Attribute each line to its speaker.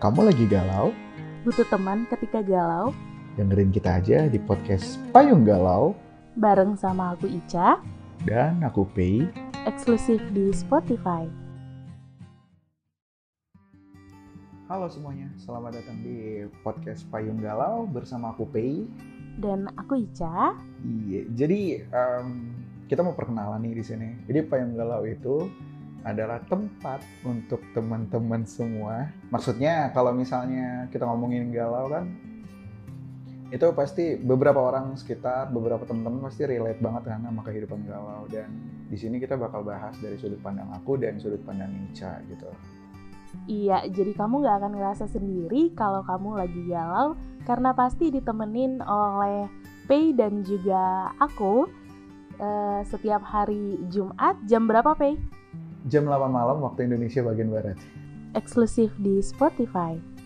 Speaker 1: Kamu lagi galau?
Speaker 2: Butuh teman ketika galau?
Speaker 1: Dengerin kita aja di podcast Payung Galau
Speaker 2: Bareng sama aku Ica,
Speaker 1: dan aku Pei.
Speaker 2: eksklusif di Spotify.
Speaker 1: Halo semuanya, selamat datang di podcast Payung Galau bersama aku Pei.
Speaker 2: Dan aku Ica,
Speaker 1: Iya, jadi em, kita mau perkenalan nih di sini. Jadi Payung Galau itu adalah tempat untuk teman-teman semua. Maksudnya kalau misalnya kita ngomongin galau kan, itu pasti beberapa orang sekitar, beberapa teman-teman pasti relate banget kan sama kehidupan galau. Dan di sini kita bakal bahas dari sudut pandang aku dan sudut pandang Ica gitu.
Speaker 2: iya jadi kamu gak akan ngerasa sendiri kalau kamu lagi galau karena pasti ditemenin oleh Pei dan juga aku eh, setiap hari Jumat jam berapa Pei?
Speaker 1: Jam 8 malam waktu Indonesia bagian barat.
Speaker 2: Eksklusif di Spotify.